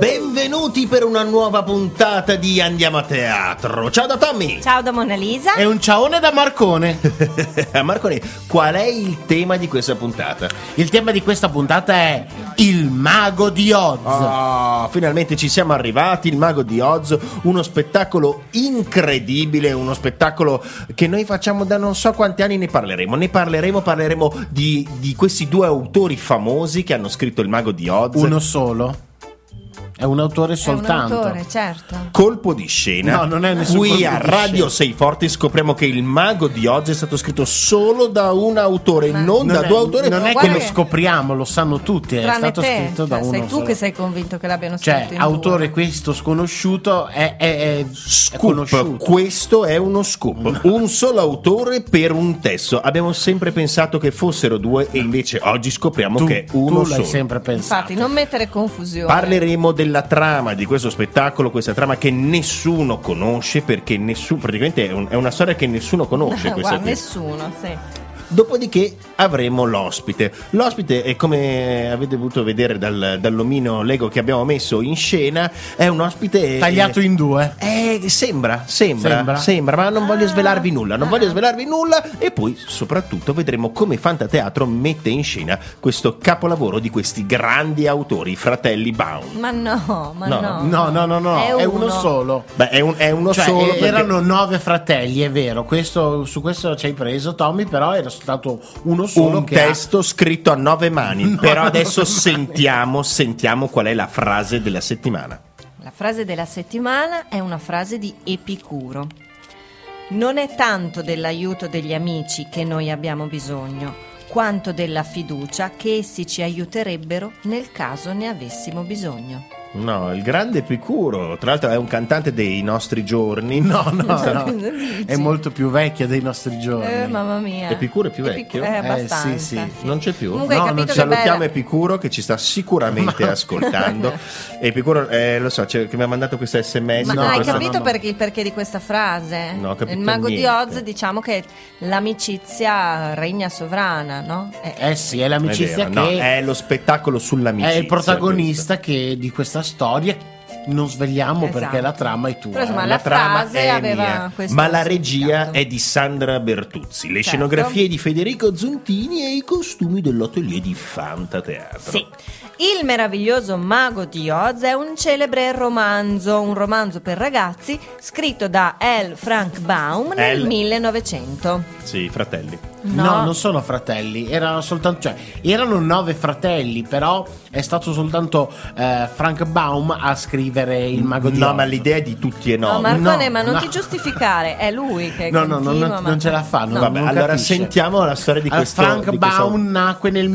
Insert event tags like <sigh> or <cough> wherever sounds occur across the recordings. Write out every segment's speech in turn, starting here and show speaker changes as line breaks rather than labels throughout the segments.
Benvenuti per una nuova puntata di Andiamo a teatro. Ciao da <laughs> Tommy.
Ciao da Mona Lisa.
E un ciaone da Marcone.
<laughs> Marcone, qual è il tema di questa puntata?
Il tema di questa puntata è Il mago di Oz.
Ah, finalmente ci siamo arrivati, Il mago di Oz, uno spettacolo incredibile, uno spettacolo che noi facciamo da non so quanti anni ne parleremo. Ne parleremo, parleremo di, di questi due autori famosi che hanno scritto Il mago di Oz.
Uno solo. È un autore soltanto. Eh,
È un autore, certo.
colpo di scena.
No, non è nessun
Qui
colpo
a
di
Radio 6
scena.
Forti scopriamo che il mago di Oz è stato scritto solo da un autore,
Ma-
non, da
è-
due autori.
non è
Guarda
che lo
che-
scopriamo, lo sanno tutti. È
Tranne
stato
te,
scritto da
cioè,
uno
sei tu
solo.
che sei convinto che l'abbiano
Cioè,
scritto in
autore
due.
questo sconosciuto è, è- è- è
Scoop, diciamo
conosciuto.
questo è uno scoop. Un solo autore per un testo. Abbiamo sempre pensato che fossero due, e invece oggi scopriamo
tu,
che è
tu
uno
l'hai
solo.
sempre pensato.
Infatti, non mettere confusione. <laughs>
Parleremo della trama di questo spettacolo, questa trama che nessuno conosce perché nessuno, praticamente è, un- è una storia che nessuno conosce. questa
<laughs> Guarda,
qui.
nessuno, sì.
Dopodiché avremo l'ospite. L'ospite, è come avete potuto vedere dal, dall'omino Lego che abbiamo messo in scena, è un ospite
Tagliato in due.
Eh, sembra, sembra, sembra,
Sembra?
ma non voglio
Ah.
svelarvi nulla, non
Ah.
voglio svelarvi nulla e poi soprattutto vedremo come Fantateatro mette in scena questo capolavoro di questi grandi autori, i fratelli Baum.
Ma no, ma
No,
no.
No, no, no, no.
È
È,
uno.
uno solo.
Beh, è, un- è uno
Cioè,
solo.
eh,
perché-
erano nove fratelli, è vero. Questo, su questo ci hai preso, Tommy. Però era stato uno solo
un
che ha-
testo scritto a nove mani.
<laughs> No,
però
no,
adesso
no, no.
sentiamo, sentiamo qual è la frase della settimana.
La frase della settimana è una frase di Epicuro. Non è tanto dell'aiuto degli amici che noi abbiamo bisogno, quanto della fiducia che essi ci aiuterebbero nel caso ne avessimo bisogno.
No, il grande Epicuro, tra l'altro è un cantante dei nostri giorni. <laughs>
<laughs> No, no, no.
Cosa dici?
È molto più vecchia dei nostri giorni.
Eh, mamma mia.
Epicuro è più vecchio?
Eh,
Eh,
abbastanza.
sì, sì.
Non c'è più.
Comunque
No,
hai
non
capito
c'è.
che bella-
Salutiamo Epicuro che ci sta sicuramente
<laughs>
ascoltando. Epicuro, eh, lo so, c'è- che mi ha mandato questa sms.
Ma
No,
hai
questa-
capito
no, no.
perché, il perché di questa frase?
No, ho capito
Il mago di
niente.
Oz diciamo che l'amicizia regna sovrana, no? Eh,
Eh sì, è
È
l'amicizia
vero,
che
no, è lo spettacolo
è
sull'amicizia.
il protagonista che- di questa storia. Non svegliamo
Esatto.
perché la trama è tua.
Però, insomma,
eh.
La
la
trama
frase
è
aveva
mia,
questo
ma la regia
significato.
è di Sandra Bertuzzi, le
Certo.
scenografie di Federico Zontini e i costumi dell'atelier di Fantateatro.
Sì. Il meraviglioso mago di Oz è un celebre romanzo, un romanzo per ragazzi scritto da L. Frank Baum nel
L.
1900.
Sì, fratelli.
No. non sono fratelli, erano soltanto, cioè, erano nove fratelli, però è stato soltanto eh, Frank Baum a scrivere il mago di
no,
Oz.
ma l'idea è di tutti e nove.
No, Marcone,
no,
ma non
no.
ti giustificare, è lui che
No, no, no,
continua,
non-
ma-
non ce la fa, non-
No.
Vabbè, allora
capisce.
sentiamo la storia di
Allora,
questo
Frank
di questo-
Baum nacque nel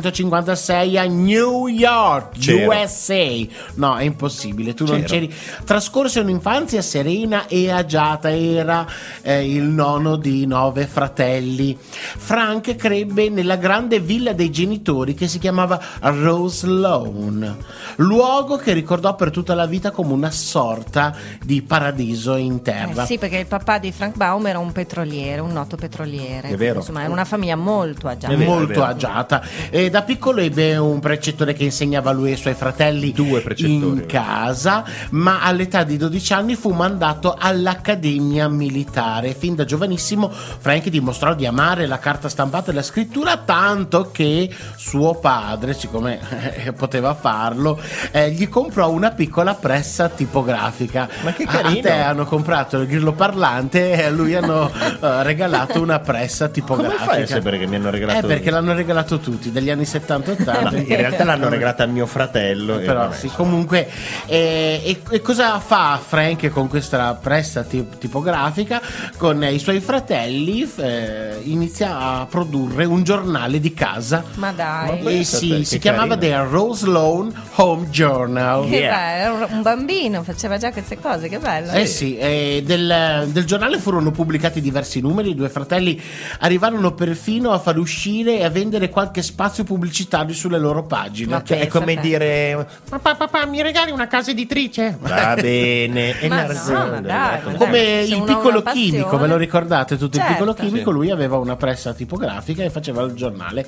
1856 a New York,
C'ero.
USA. No, è impossibile, tu non
C'ero.
c'eri. Trascorse un'infanzia serena e agiata, era eh, il nono di nove fratelli. Frank crebbe nella grande villa dei genitori che si chiamava Rose Lawn, luogo che ricordò per tutta la vita come una sorta di paradiso in terra.
Eh sì, perché il papà di Frank Baum era un petroliere, un noto petroliere.
È vero.
Insomma, era una famiglia molto agiata.
È vero, è
molto
vero.
agiata. E da piccolo ebbe un precettore che insegnava a lui e ai suoi fratelli
Due precettori.
in casa, ma all'età di 12 anni fu mandato all'accademia militare. Fin da giovanissimo Frank dimostrò di amare la carta stampata e la scrittura tanto che suo padre, siccome <laughs> eh, poteva farlo, eh, gli comprò una piccola pressa tipografica.
Ma che
A-
carino.
A te hanno comprato il grillo parlante e a
<laughs>
lui hanno eh, regalato una pressa
Come
tipografica.
fai a sapere che mi hanno regalato
Eh, perché l'hanno regalato tutti, degli anni 70 80.
Ah, No, in realtà l'hanno regalata a mio fratello. e
ecco, Però
vabbè.
sì, comunque, eh, e, e cosa fa Frank con questa pressa ti- tipografica? Con eh, i suoi fratelli eh, inizia a produrre un giornale di casa.
Ma dai.
Ma-
Eh,
Pensa
sì,
te, che
si chiamava
carino.
The Rose Lawn Home Journal.
Che
Yeah.
bello, era un bambino, faceva già queste cose, che bello.
Eh sì, eh, del, del giornale furono pubblicati diversi numeri, i due fratelli arrivarono perfino a far uscire e a vendere qualche spazio pubblicitario sulle loro pagine.
Ma
Cioè, è
Pensa
come
te.
dire
Papà, papà, mi regali una casa editrice?
va bene, è
Ma no,
Narzullo, è
ma dai,
nato.
ma dai.
Come
Eh, se
il
uno ha
piccolo
una passione-
chimico, ve lo ricordate? Tutto
Certo.
il piccolo chimico,
Sì.
lui aveva aveva una pressa tipografica e faceva il giornale.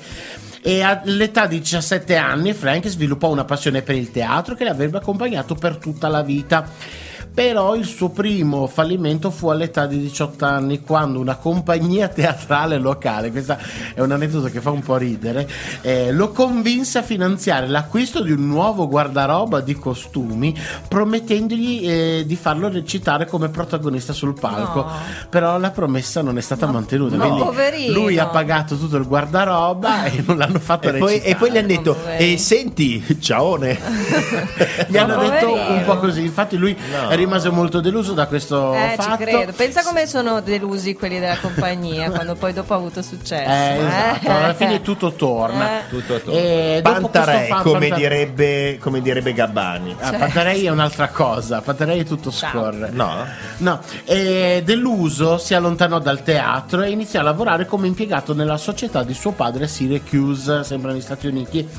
E all'età di 17 anni Frank sviluppò una passione per il teatro che l'avrebbe accompagnato per tutta la vita. Però il suo primo fallimento fu all'età di 18 anni, quando una compagnia <laughs> teatrale locale, questo è un aneddoto che fa un po' ridere, eh, lo convinse a finanziare l'acquisto di un nuovo guardaroba di costumi, promettendogli eh, di farlo recitare come protagonista sul palco.
No.
Però la promessa non è stata mantenuta.
no.
quindi
Poverino. Ah.
lui ha pagato tutto il guardaroba e non l'hanno fatto
E poi,
recitare.
e poi gli hanno detto:
Povero.
E senti, ciaone.
Gli hanno detto un po'
Poverino.
così, infatti lui
No.
rimase molto deluso da questo
Eh,
fatto.
ci credo. Pensa come sono delusi quelli della compagnia quando poi dopo ha avuto successo.
Eh, esatto,
Eh.
alla fine tutto torna.
<laughs> Eh.
Tutto attorno.
E dopo questo
Pantarei,
fa-
come,
Panta-
direbbe, come direbbe Gabbani.
Ah, Pantarei è un'altra cosa, Pantarei tutto
Ciao.
scorre.
No?
No, e deluso si allontanò dal teatro e iniziò a lavorare come impiegato nella società di suo padre a Syracuse, sempre negli Stati Uniti.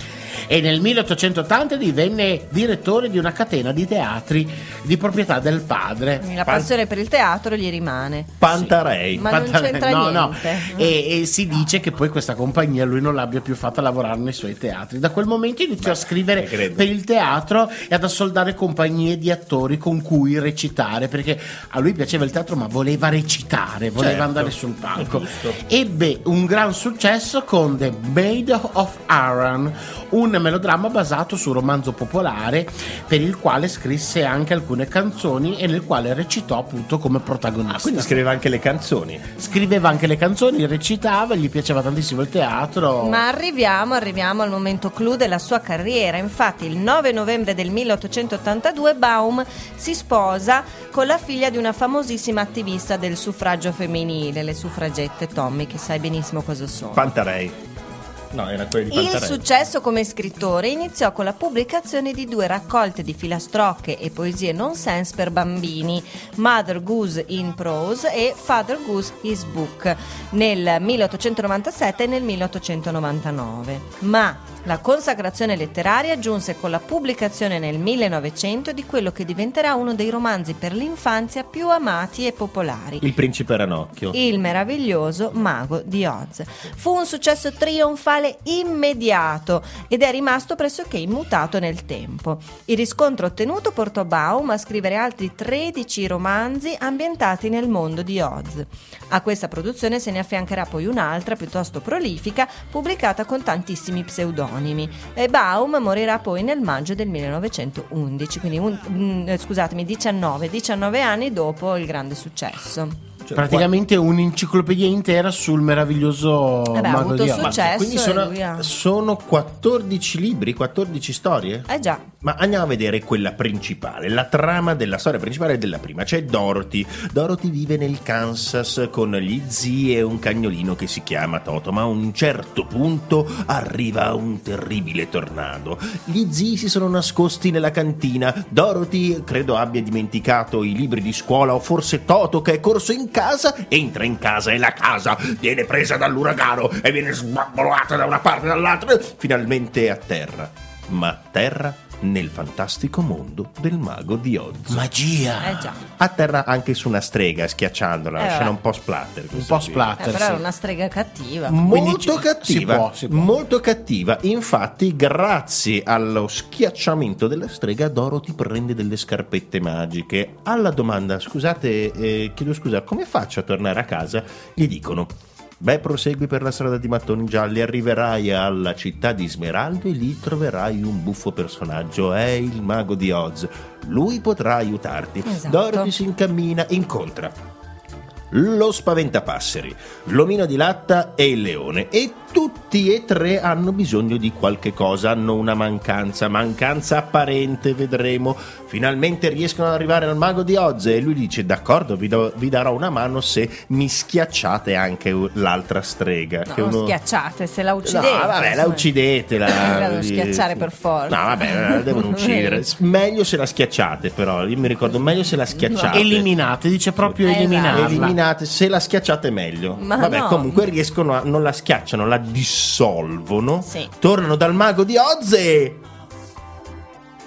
E nel 1880 divenne direttore di una catena di teatri di proprietà del padre.
La
Pan-
passione per il teatro gli rimane.
Pantarei.
Ma non
Pantalone-
c'entra
no, no.
niente.
E, e si dice che poi questa compagnia lui non l'abbia più fatta lavorare nei suoi teatri. Da quel momento iniziò a scrivere
eh, credo.
per il teatro e ad assoldare compagnie di attori con cui recitare, perché a lui piaceva il teatro ma voleva recitare, voleva
Certo.
andare sul palco.
Giusto.
Ebbe un gran successo con The Maid of Aaron, un melodramma basato su un romanzo popolare per il quale scrisse anche alcune canzoni e nel quale recitò appunto come
Ah,
protagonista
Quindi scriveva anche le canzoni.
scriveva anche le canzoni, recitava, gli piaceva tantissimo il teatro.
Ma arriviamo, arriviamo al momento clou della sua carriera. Infatti, il 9 novembre del 1882 Baum si sposa con la figlia di una famosissima attivista del suffragio femminile, le suffragette Tommy, che sai benissimo cosa sono.
Pantarei. No, era quello di
Il
Pantarei.
successo come scrittore iniziò con la pubblicazione di due raccolte di filastrocche e poesie nonsense per bambini, Mother Goose in Prose e Father Goose His Book, nel 1897 e nel 1899. Ma la consacrazione letteraria giunse con la pubblicazione nel 1900 di quello che diventerà uno dei romanzi per l'infanzia più amati e popolari,
Il principe Ranocchio.
il meraviglioso mago di Oz. Fu un successo trionfale immediato ed è rimasto pressoché immutato nel tempo. Il riscontro ottenuto portò Baum a scrivere altri 13 romanzi ambientati nel mondo di Oz. A questa produzione se ne affiancherà poi un'altra piuttosto prolifica, pubblicata con tantissimi pseudonimi. E Baum morirà poi nel maggio del 1911, quindi un- mm, eh, scusatemi, 19, 19 anni dopo il grande successo.
Cioè,
Praticamente un'enciclopedia intera sul meraviglioso
Vabbè, Eh ha
mago
avuto
di Oz.
qua-
successo.
ma- Quindi sono,
e lui ha-
sono 14 libri, 14 storie?
Eh già,
Ma andiamo a vedere quella principale, la trama della storia principale è della prima, c'è Dorothy. Dorothy vive nel Kansas con gli zii e un cagnolino che si chiama Toto, ma a un certo punto arriva un terribile tornado. Gli zii si sono nascosti nella cantina, Dorothy credo abbia dimenticato i libri di scuola o forse Toto che è corso in casa, entra in casa e la casa viene presa dall'uragano e viene sbambolata da una parte e dall'altra, finalmente è a terra. Ma a terra nel fantastico mondo del mago di Oz.
Magia.
eh già.
A terra anche su una strega, schiacciandola,
Eh,
la scena
va.
un po' splatter.
Un
questa
po'
qui.
Eh,
splatter.
però era
sì.
una strega cattiva.
Esatto. Quindi
Molto
ci-
cattiva,
si può, si può.
molto cattiva. Infatti, grazie allo schiacciamento della strega, Dorothy prende delle scarpette magiche. Alla domanda, scusate, eh, chiedo scusa, come faccio a tornare a casa? Gli dicono. Beh, prosegui per la strada di mattoni gialli, arriverai alla città di Smeraldo e lì troverai un buffo personaggio, è il mago di Oz. Lui potrà aiutarti.
Esatto.
Dorothy si incammina, incontra lo spaventapasseri, l'omino di latta e il leone e tutti e tre hanno bisogno di qualche cosa, hanno una mancanza, mancanza apparente, vedremo. Finalmente riescono ad arrivare al mago di Oz e lui dice d'accordo, vi, do- vi darò una mano se mi schiacciate anche u- l'altra strega.
No,
che
non
uno-
schiacciate, se la uccidete.
No, vabbè, la
insomma.
uccidetela.
Non <laughs> la devo schiacciare per forza.
No, vabbè, la
<laughs>
devono uccidere. Meglio se la schiacciate, però. Io mi ricordo, meglio se la schiacciate.
Eliminate, dice proprio
Eh,
eliminarla.
Eliminate, se la schiacciate è meglio.
Ma
Vabbè,
no.
comunque riescono a. Non la schiacciano, la dissolvono.
Sì.
Tornano dal mago di Oz e.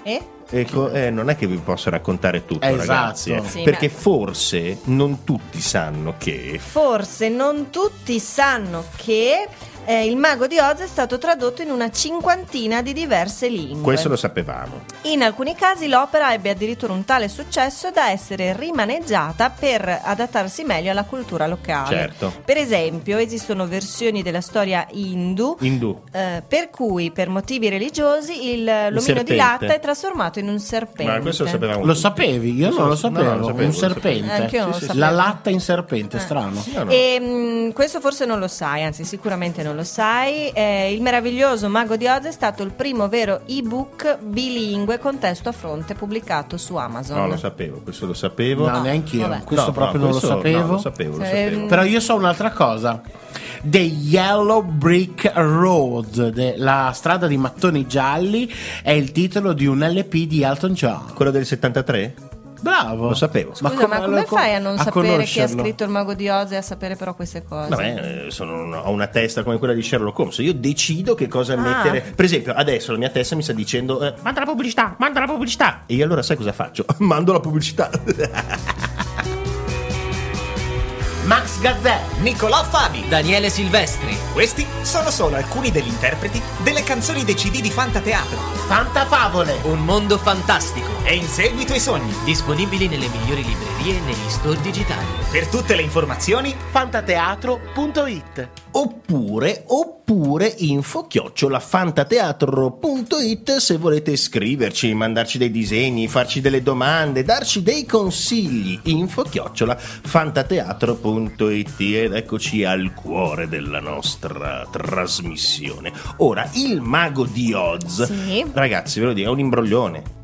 Eh?
Ecco, eh, non è che vi posso raccontare tutto,
Esatto.
ragazzi. eh,
Sì,
perché
ma-
forse non tutti sanno che.
Forse non tutti sanno che eh, il mago di Oz è stato tradotto in una cinquantina di diverse lingue.
Questo lo sapevamo.
In alcuni casi l'opera ebbe addirittura un tale successo da essere rimaneggiata per adattarsi meglio alla cultura locale.
Certo.
Per esempio, esistono versioni della storia hindu
Indù.
eh, per cui, per motivi religiosi, il l'omino
serpente.
di latta è trasformato in un serpente.
Ma questo lo sapevamo.
Lo sapevi? Io
Lo
non lo
so- no, no,
sapevo.
lo sapevo,
un
lo sapevo.
serpente.
Anche io non
Sì,
lo
sì, sì. La
sapevo. Eh.
latta in serpente, strano.
Ah, No, no.
Ehm, questo forse non lo sai, anzi sicuramente non lo sai. Eh, il meraviglioso Mago di Oz è stato il primo vero ebook bilingue con testo a fronte pubblicato su Amazon.
No, lo sapevo, questo lo sapevo.
No, neanche io.
vabbè.
Questo
No,
proprio
no,
non
questo-
lo sapevo.
no, lo sapevo, lo
Cioè,
sapevo.
Però io so un'altra cosa. The Yellow Brick Road, de- la strada di mattoni gialli, è il titolo di un LP di Elton John.
Quello del 73?
Bravo.
Lo sapevo.
Scusa, ma come
lo-
fai a non sapere chi ha
conoscerlo?
scritto il Mago di Oz e a sapere però queste cose?
Vabbè, eh, sono un- ho una testa come quella di Sherlock Holmes. Io decido che cosa
Ah.
mettere. Per esempio, adesso la mia testa mi sta dicendo: eh, Manda la pubblicità, manda la pubblicità. E io allora sai cosa faccio? <laughs> Mando la pubblicità.
Max Gazzè.
Nicolò Fabi.
Daniele Silvestri,
Questi sono solo alcuni degli interpreti delle canzoni dei CD di Fantateatro.
Fantafavole.
Un mondo fantastico.
E in seguito i sogni.
Disponibili nelle migliori librerie e negli store digitali.
Per tutte le informazioni,
Fantateatro.it.
oppure, oppure info fantateatro.it se volete scriverci, mandarci dei disegni, farci delle domande, darci dei consigli. Info fantateatro.it ed eccoci al cuore della nostra trasmissione. Ora, il mago di Oz.
Sì.
Ragazzi, ve lo dico, è un imbroglione.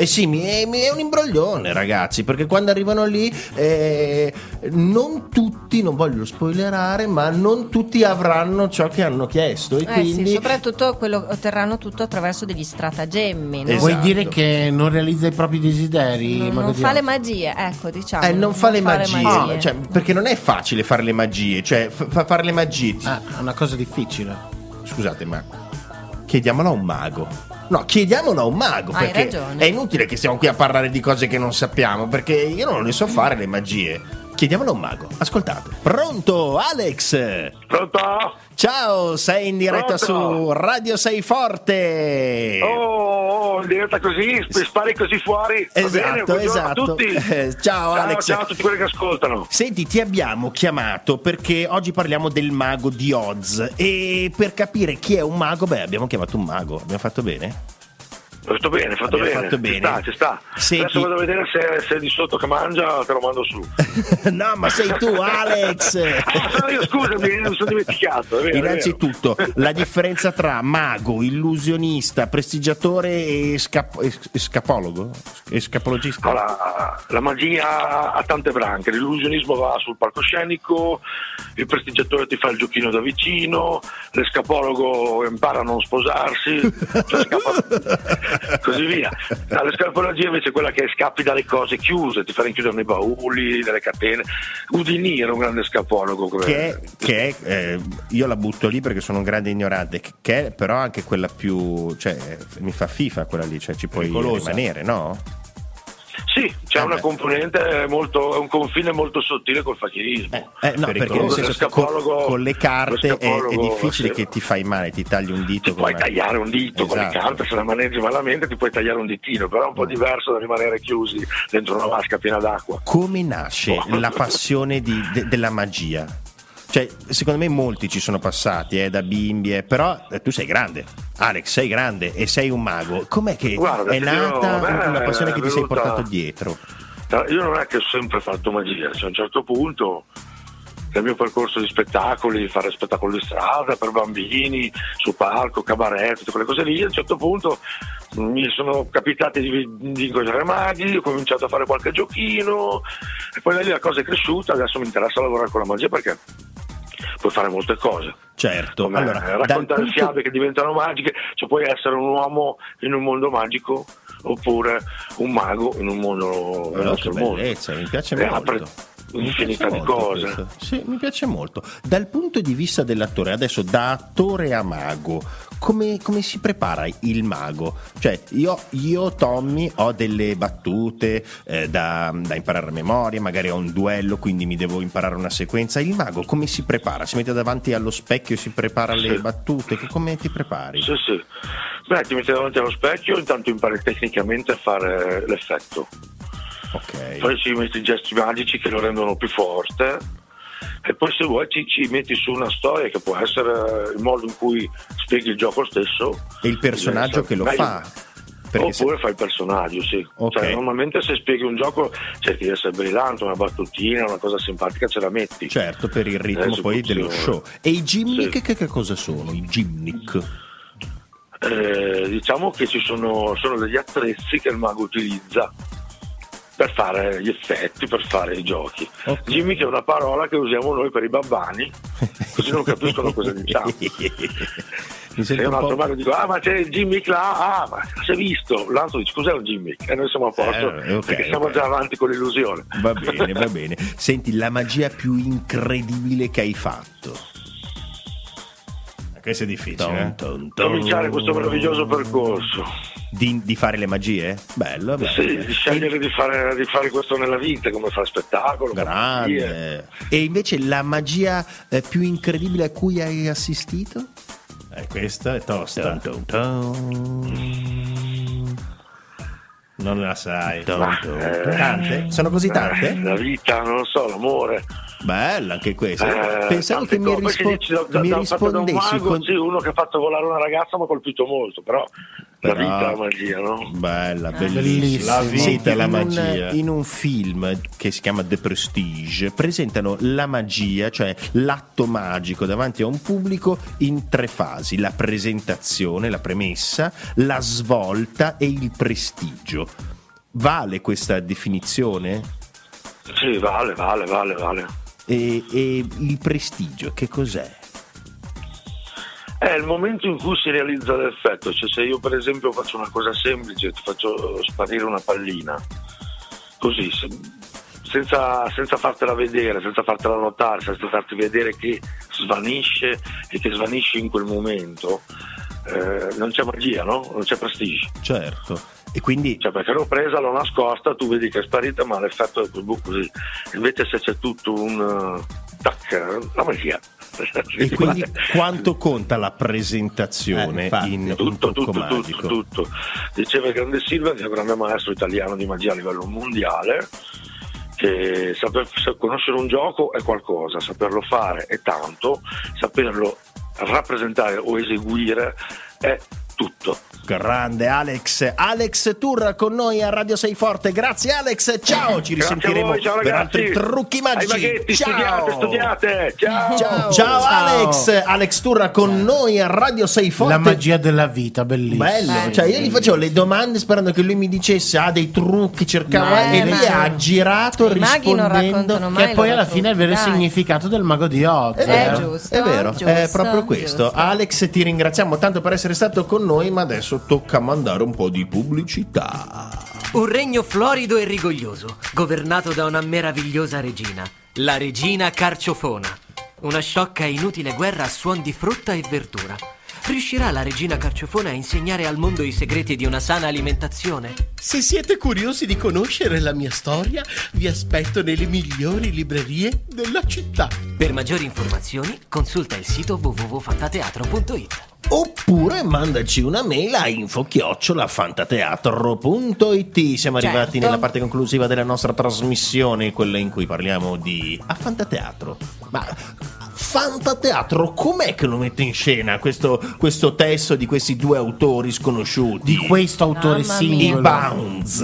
Eh sì, mi è, mi è un imbroglione, ragazzi, perché quando arrivano lì, eh, non tutti, non voglio spoilerare, ma non tutti avranno ciò che hanno chiesto. E
Eh
quindi
sì, soprattutto quello otterranno tutto attraverso degli stratagemmi, no?
Esatto.
Vuoi dire che non realizza i propri desideri?
Non, non
Mago di
fa le
Oz?
magie, ecco, diciamo.
eh, non fa le magie,
magie.
Cioè, perché non è facile fare le magie, cioè f- fa- fare le magie. ti-
Ah, è una cosa difficile.
Scusate, ma chiediamolo a un mago. No, chiediamolo a un mago
Hai
perché
ragione.
è inutile che stiamo qui a parlare di cose che non sappiamo, perché io non le so fare le magie. Chiediamolo a un mago. Ascoltate. Pronto, Alex?
Pronto?
Ciao, sei in diretta
Pronto?
su Radio Sei Forte.
Oh, oh, in diretta così, sp- spari così fuori. Va
Esatto,
bene? Buongiorno
esatto.
A tutti.
Eh, ciao, Alex.
Ciao a tutti quelli che ascoltano.
Senti, ti abbiamo chiamato perché oggi parliamo del mago di Oz e per capire chi è un mago, beh, abbiamo chiamato un mago, abbiamo fatto bene? <laughs>
Fatto bene, fatto
Abbiamo
bene.
fatto bene.
Ci sta, ci sta.
Senti.
Adesso vado a vedere se, se è di sotto che mangia, te lo
<laughs>
mando su.
no, ma sei tu,
<laughs> Ah,
Alex.
sono io, scusami, mi sono dimenticato. è vero, è vero.
Innanzitutto, la differenza tra mago, illusionista, prestigiatore e, scap- e- e scapologo? E scapologista?
Allora, la magia ha tante branche, l'illusionismo va sul palcoscenico, il prestigiatore ti fa il giochino da vicino, l'escapologo impara a non
<laughs>
sposarsi, cioè, la scapa- <laughs> così via. No, l'escapologia invece è quella che scappi dalle cose chiuse, ti fa rinchiudere nei bauli, nelle catene. Udini era un grande escapologo. come-
Che, che è, eh, io la butto lì perché sono un grande ignorante, che- che è però anche quella più, cioè mi fa FIFA quella lì, cioè ci puoi rimanere, no?
Sì, c'è
Eh
una
beh.
componente molto, è un confine molto sottile col fachirismo.
Eh, eh, no, perché nel
Pericoloso.
senso,
Lo
con,
scapologo-
con le carte
lo
è- è,
scapologo,
difficile
sì.
che ti fai male, ti tagli un dito.
Ti puoi
come-
tagliare un dito con le
Esatto. Mm.
carte, se la maneggi malamente ti puoi tagliare un ditino, però è un po' diverso da rimanere chiusi dentro una vasca piena d'acqua.
Come nasce la passione di- de- della magia? Cioè, secondo me molti ci sono passati eh, da bimbi, eh, però eh, tu sei grande, Alex, sei grande e sei un mago. Com'è che
Guarda,
è
ti dirò,
nata
a me
una passione che
è
ti sei
venuta-
portato dietro?
Tra- Io non è che ho sempre fatto magia, cioè a un certo punto nel mio percorso di spettacoli, fare spettacoli di strada per bambini, su palco, cabaret, tutte quelle cose lì, a un certo punto mm, mi sono capitati di, di incontrare maghi, ho cominciato a fare qualche giochino e poi da lì la cosa è cresciuta, adesso mi interessa lavorare con la magia perché puoi fare molte cose.
Certo,
Come
allora, dal
raccontare
punto-
fiabe che diventano magiche, cioè puoi essere un uomo in un mondo magico oppure un mago in un mondo nel
Però che
nostro mondo.
bellezza, mi piace
Eh,
molto.
appre- un'infinità
piace
di
molto
cose.
questo. Sì, mi piace molto. Dal punto di vista dell'attore, adesso da attore a mago, come, come si prepara il mago? Cioè, io, io, Tommy, ho delle battute eh, da, da imparare a memoria, magari ho un duello, quindi mi devo imparare una sequenza. Il mago come si prepara? Si mette davanti allo specchio e si prepara le
Sì.
battute? Che- Come ti prepari?
Sì, sì. Beh, ti metti davanti allo specchio, intanto impari tecnicamente a fare l'effetto.
Ok.
Poi ci metti i gesti magici che lo rendono più forte. E poi se vuoi ci, ci metti su una storia che può essere il modo in cui spieghi il gioco stesso.
E il personaggio che lo
Meglio-
fa? Perché se-
Oppure fai il personaggio, sì.
Ok.
Cioè, normalmente se spieghi un gioco cerchi di essere brillante, una battutina, una cosa simpatica ce la metti.
Certo, per il ritmo
Adesso
poi dello
funziona.
show. E i gimmick
Sì.
che, che cosa sono? I gimmick?
Eh, diciamo che ci sono, sono degli attrezzi che il mago utilizza per fare gli effetti, per fare i giochi.
Ok.
Gimmick è una parola che usiamo noi per i babbani, così non capiscono
<laughs>
cosa diciamo.
Mi
Se
sento un
un altro
po'...
mago dico, ah ma c'è il gimmick là, ah ma si è visto, l'altro dice cos'è un gimmick? E noi siamo a posto,
Eh, ok,
perché siamo
ok.
già avanti con l'illusione.
Va bene,
<laughs>
va bene. Senti, la magia più incredibile che hai fatto. Questo è difficile. eh.
Cominciare questo meraviglioso percorso.
Di, di fare le magie? Bello, bello.
Sì, di scegliere di fare, di fare questo nella vita, come fare spettacolo. come dire.
Grande. E invece la magia eh, più incredibile a cui hai assistito? Eh, questa è tosta. Non la sai.
dun.
Tante? Sono così
Eh,
tante?
La vita, non lo so, l'amore.
Bella anche questa.
Eh,
Pensavo
tante
che mi,
cose. Poi si
rispo-
dice, da- da-
mi
da- fatto da un
rispondessi
mago,
con...
sì, uno che ha fatto volare una ragazza mi ha colpito molto, però, la
Però-
vita, la magia, no?
Bella,
Bellissimo.
bellissima.
La vita
Senti,
è Eh, la
in un-
magia.
in un film che si chiama The Prestige presentano la magia, cioè l'atto magico davanti a un pubblico in tre fasi: la presentazione, la premessa, la svolta e il prestigio. Vale questa definizione?
Sì, vale, vale, vale, vale.
E, e il prestigio che cos'è?
È il momento in cui si realizza l'effetto, cioè se io per esempio faccio una cosa semplice, ti faccio sparire una pallina, così, se- senza, senza fartela vedere, senza fartela notare, senza farti vedere che svanisce e che svanisce in quel momento, eh, non c'è magia, no? Non c'è prestigio.
Certo. E quindi
Cioè perché l'ho presa, l'ho nascosta, tu vedi che è sparita, ma l'effetto è boh, così. Invece se c'è tutto un... eh, Tac, la magia.
E
<laughs>
quindi quanto conta la presentazione
Eh, infatti.
in un
tutto,
trucco
tutto,
magico?
tutto, tutto. Diceva il grande Silva, che è un grande maestro italiano di magia a livello mondiale, che saper sa- conoscere un gioco è qualcosa, saperlo fare è tanto, saperlo rappresentare o eseguire è tutto.
Grande Alex, Alex Turra con noi a Radio 6 Forte. Grazie Alex, ciao, ci
Grazie a
risentiremo
voi, ciao
per
ragazzi.
altri trucchi magici.
Ai maghetti,
ciao.
studiate, studiate. Ciao.
Ciao,
Ciao.
Alex, Alex Turra con noi a Radio 6 Forte.
La magia della vita, bellissima.
Bello, cioè io gli facevo le domande sperando che lui mi dicesse ha dei trucchi, cercava
Ma-
e
eh,
lui
ma-
ha girato
I maghi non
rispondendo
raccontano mai.
Che
i
poi
loro
alla fine è il vero
trucchi, dai.
significato del mago di Oz.
È
Eh,
vero,
giusto,
è vero, è
giusto,
proprio questo.
giusto.
Alex, ti ringraziamo tanto per essere stato con noi, ma adesso tocca mandare un po' di pubblicità.
Un regno florido e rigoglioso, governato da una meravigliosa regina, la regina carciofona. Una sciocca e inutile guerra a suon di frutta e verdura. Riuscirà la regina carciofona a insegnare al mondo i segreti di una sana alimentazione?
Se siete curiosi di conoscere la mia storia, vi aspetto nelle migliori librerie della città.
Per maggiori informazioni consulta il sito www.fantateatro.it.
Oppure mandaci una mail a infochiocciolafantateatro.it. Siamo
Certo.
arrivati nella parte conclusiva della nostra trasmissione, quella in cui parliamo di a fantateatro. Ma fantateatro com'è che lo mette in scena questo, questo testo di questi due autori sconosciuti?
Di questo autore
Mamma
I
singolo.
mia.
Bounds.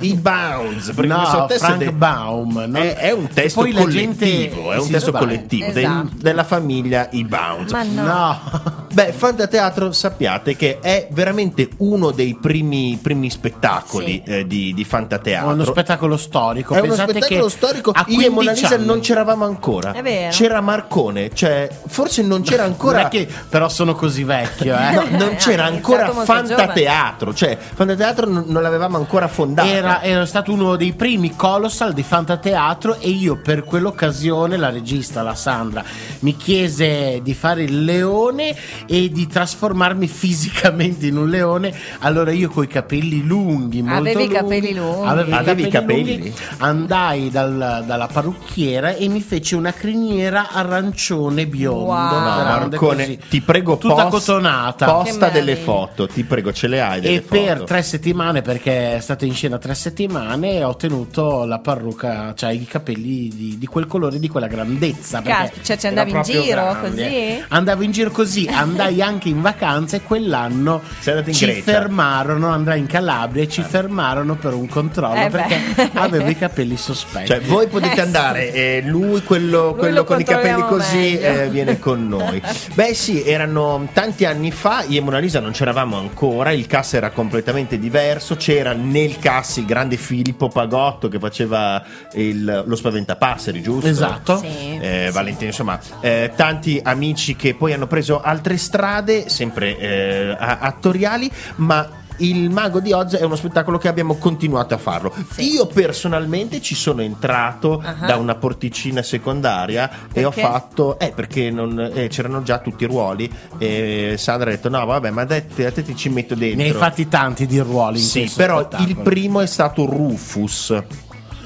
I Bounds. Perché questo
No,
testo è
Frank
de-
Baum. no?
È, è un testo
Poi la
collettivo,
gente
è un
si
testo
sbaglia.
collettivo de-
Esatto.
della famiglia I Bounds.
Ma no.
No,
Beh, Fantateatro sappiate che è veramente uno dei primi, primi spettacoli
Sì.
eh, di, di
È
Fantateatro.
uno spettacolo storico.
È uno
Pensate
spettacolo
che
storico.
A
Io e Mona
15
Lisa
anni-
non c'eravamo ancora.
È vero.
C'era Marcone, cioè forse non c'era ancora.
Non è che però sono così vecchio,
<laughs>
<laughs>
eh.
No, non
Eh,
c'era
ha
ancora
iniziato molto
Fantateatro, cioè Fantateatro non, non l'avevamo ancora fondato.
Era, era stato uno dei primi colossal di Fantateatro e io per quell'occasione la regista, la Sandra, mi chiese di fare il leone e di trasformarmi <laughs> fisicamente in un leone. Allora io coi capelli lunghi, molto
Avevi i
lunghi,
capelli lunghi.
avevo i
Avevi i
capelli
capelli?
lunghi, andai dal- dalla parrucchiera e mi fece una criniera arancione biondo,
Wow. No,
No,
grande
Ah, Marcone,
così,
ti prego,
tutta
post-
cotonata.
Posta
Che
delle
meraviglia.
foto, ti prego, ce le hai delle
E
foto.
per tre settimane, perché è stata in scena tre settimane, ho tenuto la parrucca, cioè i capelli di, di quel colore, di quella grandezza. perché
Caspita, cioè, ci
era
andavi in
proprio
giro
grande.
così?
Andavo in giro così, andai anche in vacanza e quell'anno
Sei andato in
ci
Grecia. Eh.
fermarono, andai in Calabria e ci fermarono per un controllo
Eh beh. <laughs>
perché avevo i capelli sospetti.
Cioè, voi potete andare, eh, lui, quello, quello
lo
con i capelli
controlliamo
così,
meglio.
eh, viene con
<laughs>
noi. Beh, sì, erano tanti anni fa. Io e Mona Lisa non c'eravamo ancora. Il cast era completamente diverso. C'era nel cast il grande Filippo Pagotto che faceva il- lo spaventapasseri, giusto?
Esatto.
Sì.
Eh, Valentino, insomma, eh, tanti amici che poi hanno preso altre strade, sempre eh, a- attoriali, ma. Il Mago di Oz è uno spettacolo che abbiamo continuato a farlo.
Sì.
Io personalmente ci sono entrato
Ah.
da una porticina secondaria e ho
Perché?
fatto. Eh, perché non- eh, c'erano già tutti i ruoli. E Sandra ha detto: No, vabbè, ma a te, a te ti ci metto dentro.
Ne hai fatti tanti di ruoli in
Sì,
questo
però il
spettacolo.
primo è stato Rufus,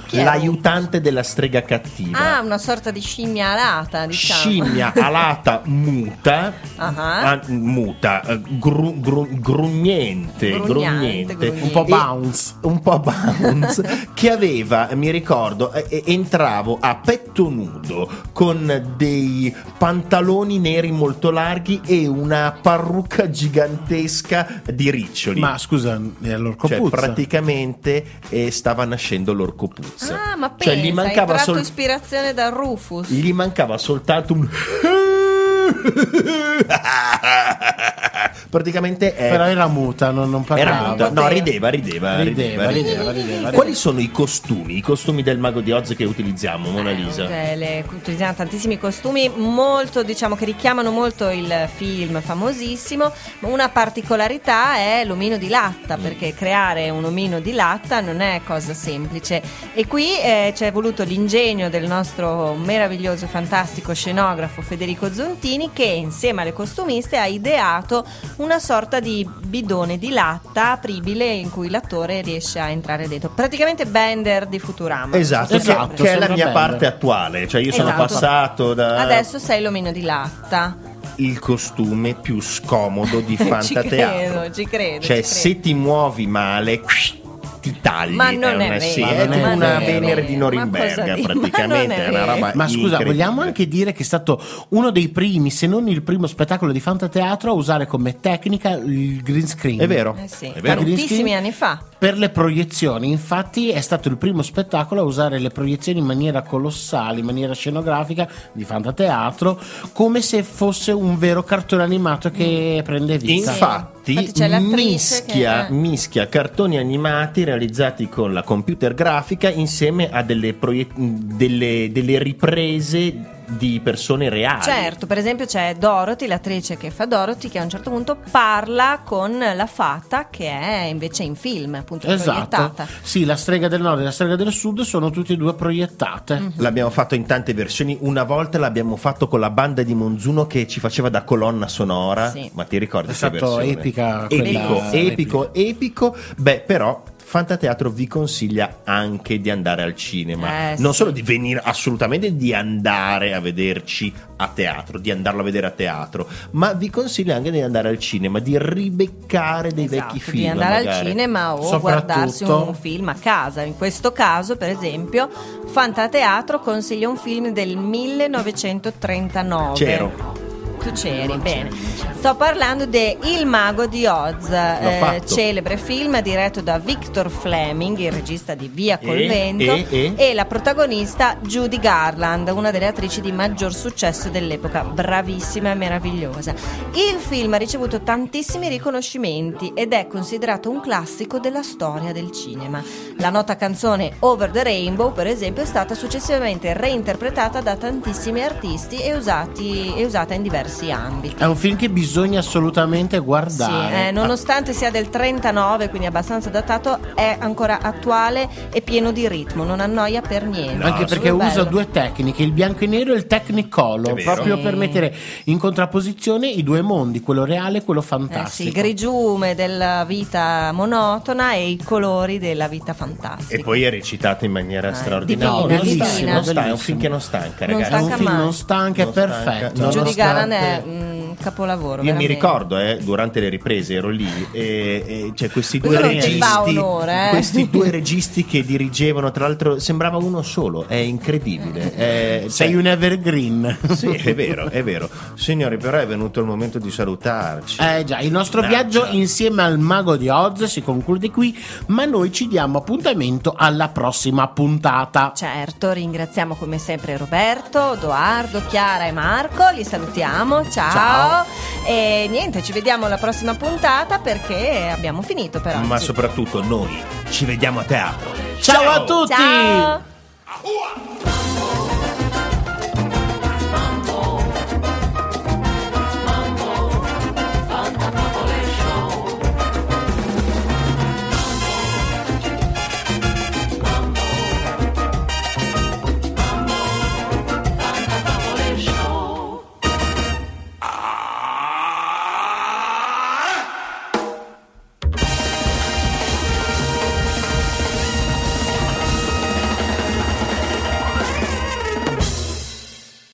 Chi è
l'aiutante della strega cattiva
Ah, una sorta di scimmia alata, diciamo. <laughs>
scimmia alata muta,
Ah.
ah, muta, eh, gru- gru- grugnente,
Grugnante,
grugnente,
grugnente.
un po'
E-
bounce.
un po' bounce, <laughs> che aveva, mi ricordo, eh, eh, entravo a petto nudo con dei pantaloni neri molto larghi e una parrucca gigantesca di riccioli.
Ma scusa, è l'orco
Cioè,
puzza.
praticamente eh, stava nascendo l'orco puzza.
Ah, ma pensa,
cioè, gli mancava
hai tratto
sol-
ispirazione da Rufus.
gli mancava soltanto un <laughs> praticamente è-
Però era muta, non, non parlava.
era muta. no
poteva.
rideva rideva
Rideva, rideva, rideva,
quali sono i costumi i costumi del mago di Oz che utilizziamo Mona Lisa
Cioè, le- utilizziamo tantissimi costumi molto, diciamo, che richiamano molto il film famosissimo. Ma Una particolarità è l'omino di latta, perché creare un omino di latta non è cosa semplice. E qui eh, ci è voluto l'ingegno del nostro meraviglioso e fantastico scenografo Federico Zontini, che insieme alle costumiste ha ideato una sorta di bidone di latta apribile in cui l'attore riesce a entrare dentro. Praticamente Bender di Futurama.
Esatto, che-
Esatto,
che, è la
sembra
mia
bello.
parte attuale, cioè io sono
Esatto.
passato da
Adesso sei l'omino di latta.
il costume più scomodo di
<laughs> Ci
fantateatro.
credo, ci credo,
Cioè,
ci credo.
se ti muovi male, ti tagli.
Ma non
una-
è
sì,
vero,
è
ma
tipo
non
una
è vero.
Venere di
Ma cosa
Norimberga,
dici? <laughs> Ma
praticamente.
non
È
è
una
vero.
roba
Eh? Ma scusa,
incredibile.
vogliamo anche dire che è stato uno dei primi, se non il primo spettacolo di fantateatro a usare come tecnica il green screen.
È vero.
Eh sì,
è vero.
Green
tantissimi
screen.
anni fa.
Per le proiezioni, infatti, è stato il primo spettacolo a usare le proiezioni in maniera colossale, in maniera scenografica di fantateatro, come se fosse un vero cartone animato
Mm.
che prende vita.
Infatti,
Infatti c'è l'attrice
mischia,
che- eh.
mischia cartoni animati realizzati con la computer grafica insieme a delle, proie- delle- delle riprese Ah, di persone reali.
Certo, per esempio c'è Dorothy, l'attrice che fa Dorothy, che a un certo punto parla con la fata che è invece in film, appunto
Esatto,
proiettata.
sì, la strega del nord e la strega del sud sono tutte e due proiettate.
Mm. Certo.
L'abbiamo fatto in tante versioni. Una volta l'abbiamo fatto con la banda di Monzuno che ci faceva da colonna sonora.
Sì.
Ma ti ricordi?
È
questa
stato
versione?
epica
Epico,
quella-
epico, epico. Beh, però. Fantateatro vi consiglia anche di andare al cinema,
Eh,
non
sì.
solo di venire, assolutamente di andare a vederci a teatro, di andarlo a vedere a teatro, ma vi consiglia anche di andare al cinema, di ribeccare dei
Esatto,
vecchi film.
di andare al
magari.
cinema o
Soprattutto-
guardarsi un film a casa. In questo caso, per esempio, Fantateatro consiglia un film del 1939.
C'ero.
Cuceri, bene. Sto parlando di Il mago di Oz, eh,
fatto.
celebre film diretto da Victor Fleming, il regista di Via col
E,
vento,
e, e?
la protagonista Judy Garland, una delle attrici di maggior successo dell'epoca, bravissima e meravigliosa. Il film ha ricevuto tantissimi riconoscimenti ed è considerato un classico della storia del cinema. La nota canzone Over the Rainbow, per esempio, è stata successivamente reinterpretata da tantissimi artisti e, usati- e usata in diversi ambiti.
È un film che bisogna assolutamente
Sì,
guardare.
eh, nonostante sia del 39, quindi abbastanza datato, è ancora attuale e pieno di ritmo, non annoia per niente.
Anche perché
Bello. Eh
usa due tecniche, il bianco e nero e il
È
technicolor,
vero.
proprio
Sì.
per mettere in contrapposizione i due mondi, quello reale e quello
Eh sì,
fantastico.
il grigiume della vita monotona e i colori della vita fantastica.
E poi è recitato in maniera
Ah,
straordinaria.
divina,
non sta-
divina.
non sta, è un film
Bellissimo.
che non stanca,
Non
ragazzi.
è un
Stanca
film
mai.
non stanca, è
Non stanca,
perfetto.
no.
Judy
nonostante-
Garland è un capolavoro.
Io mi
veramente.
ricordo, eh, durante le riprese ero lì e, e c'è questi due
Quello non ti
registi,
fa onore, eh. <laughs>
questi due registi che dirigevano, tra l'altro sembrava uno solo, è incredibile. eh,
Sei
cioè-
<laughs>
un evergreen.
<laughs> Sì, è vero, è vero. Signori, però è venuto il momento di salutarci.
Eh già, il nostro
Mannaggia.
viaggio insieme al mago di Oz si conclude qui, ma noi ci diamo appuntamento alla prossima puntata.
Certo, ringraziamo come sempre Roberto, Doardo, Chiara e Marco, li salutiamo, ciao.
Ciao.
E niente, ci vediamo alla prossima puntata perché abbiamo finito per oggi.
Ma soprattutto noi ci vediamo a teatro.
Ciao, a tutti!
Ciao!
Ahua!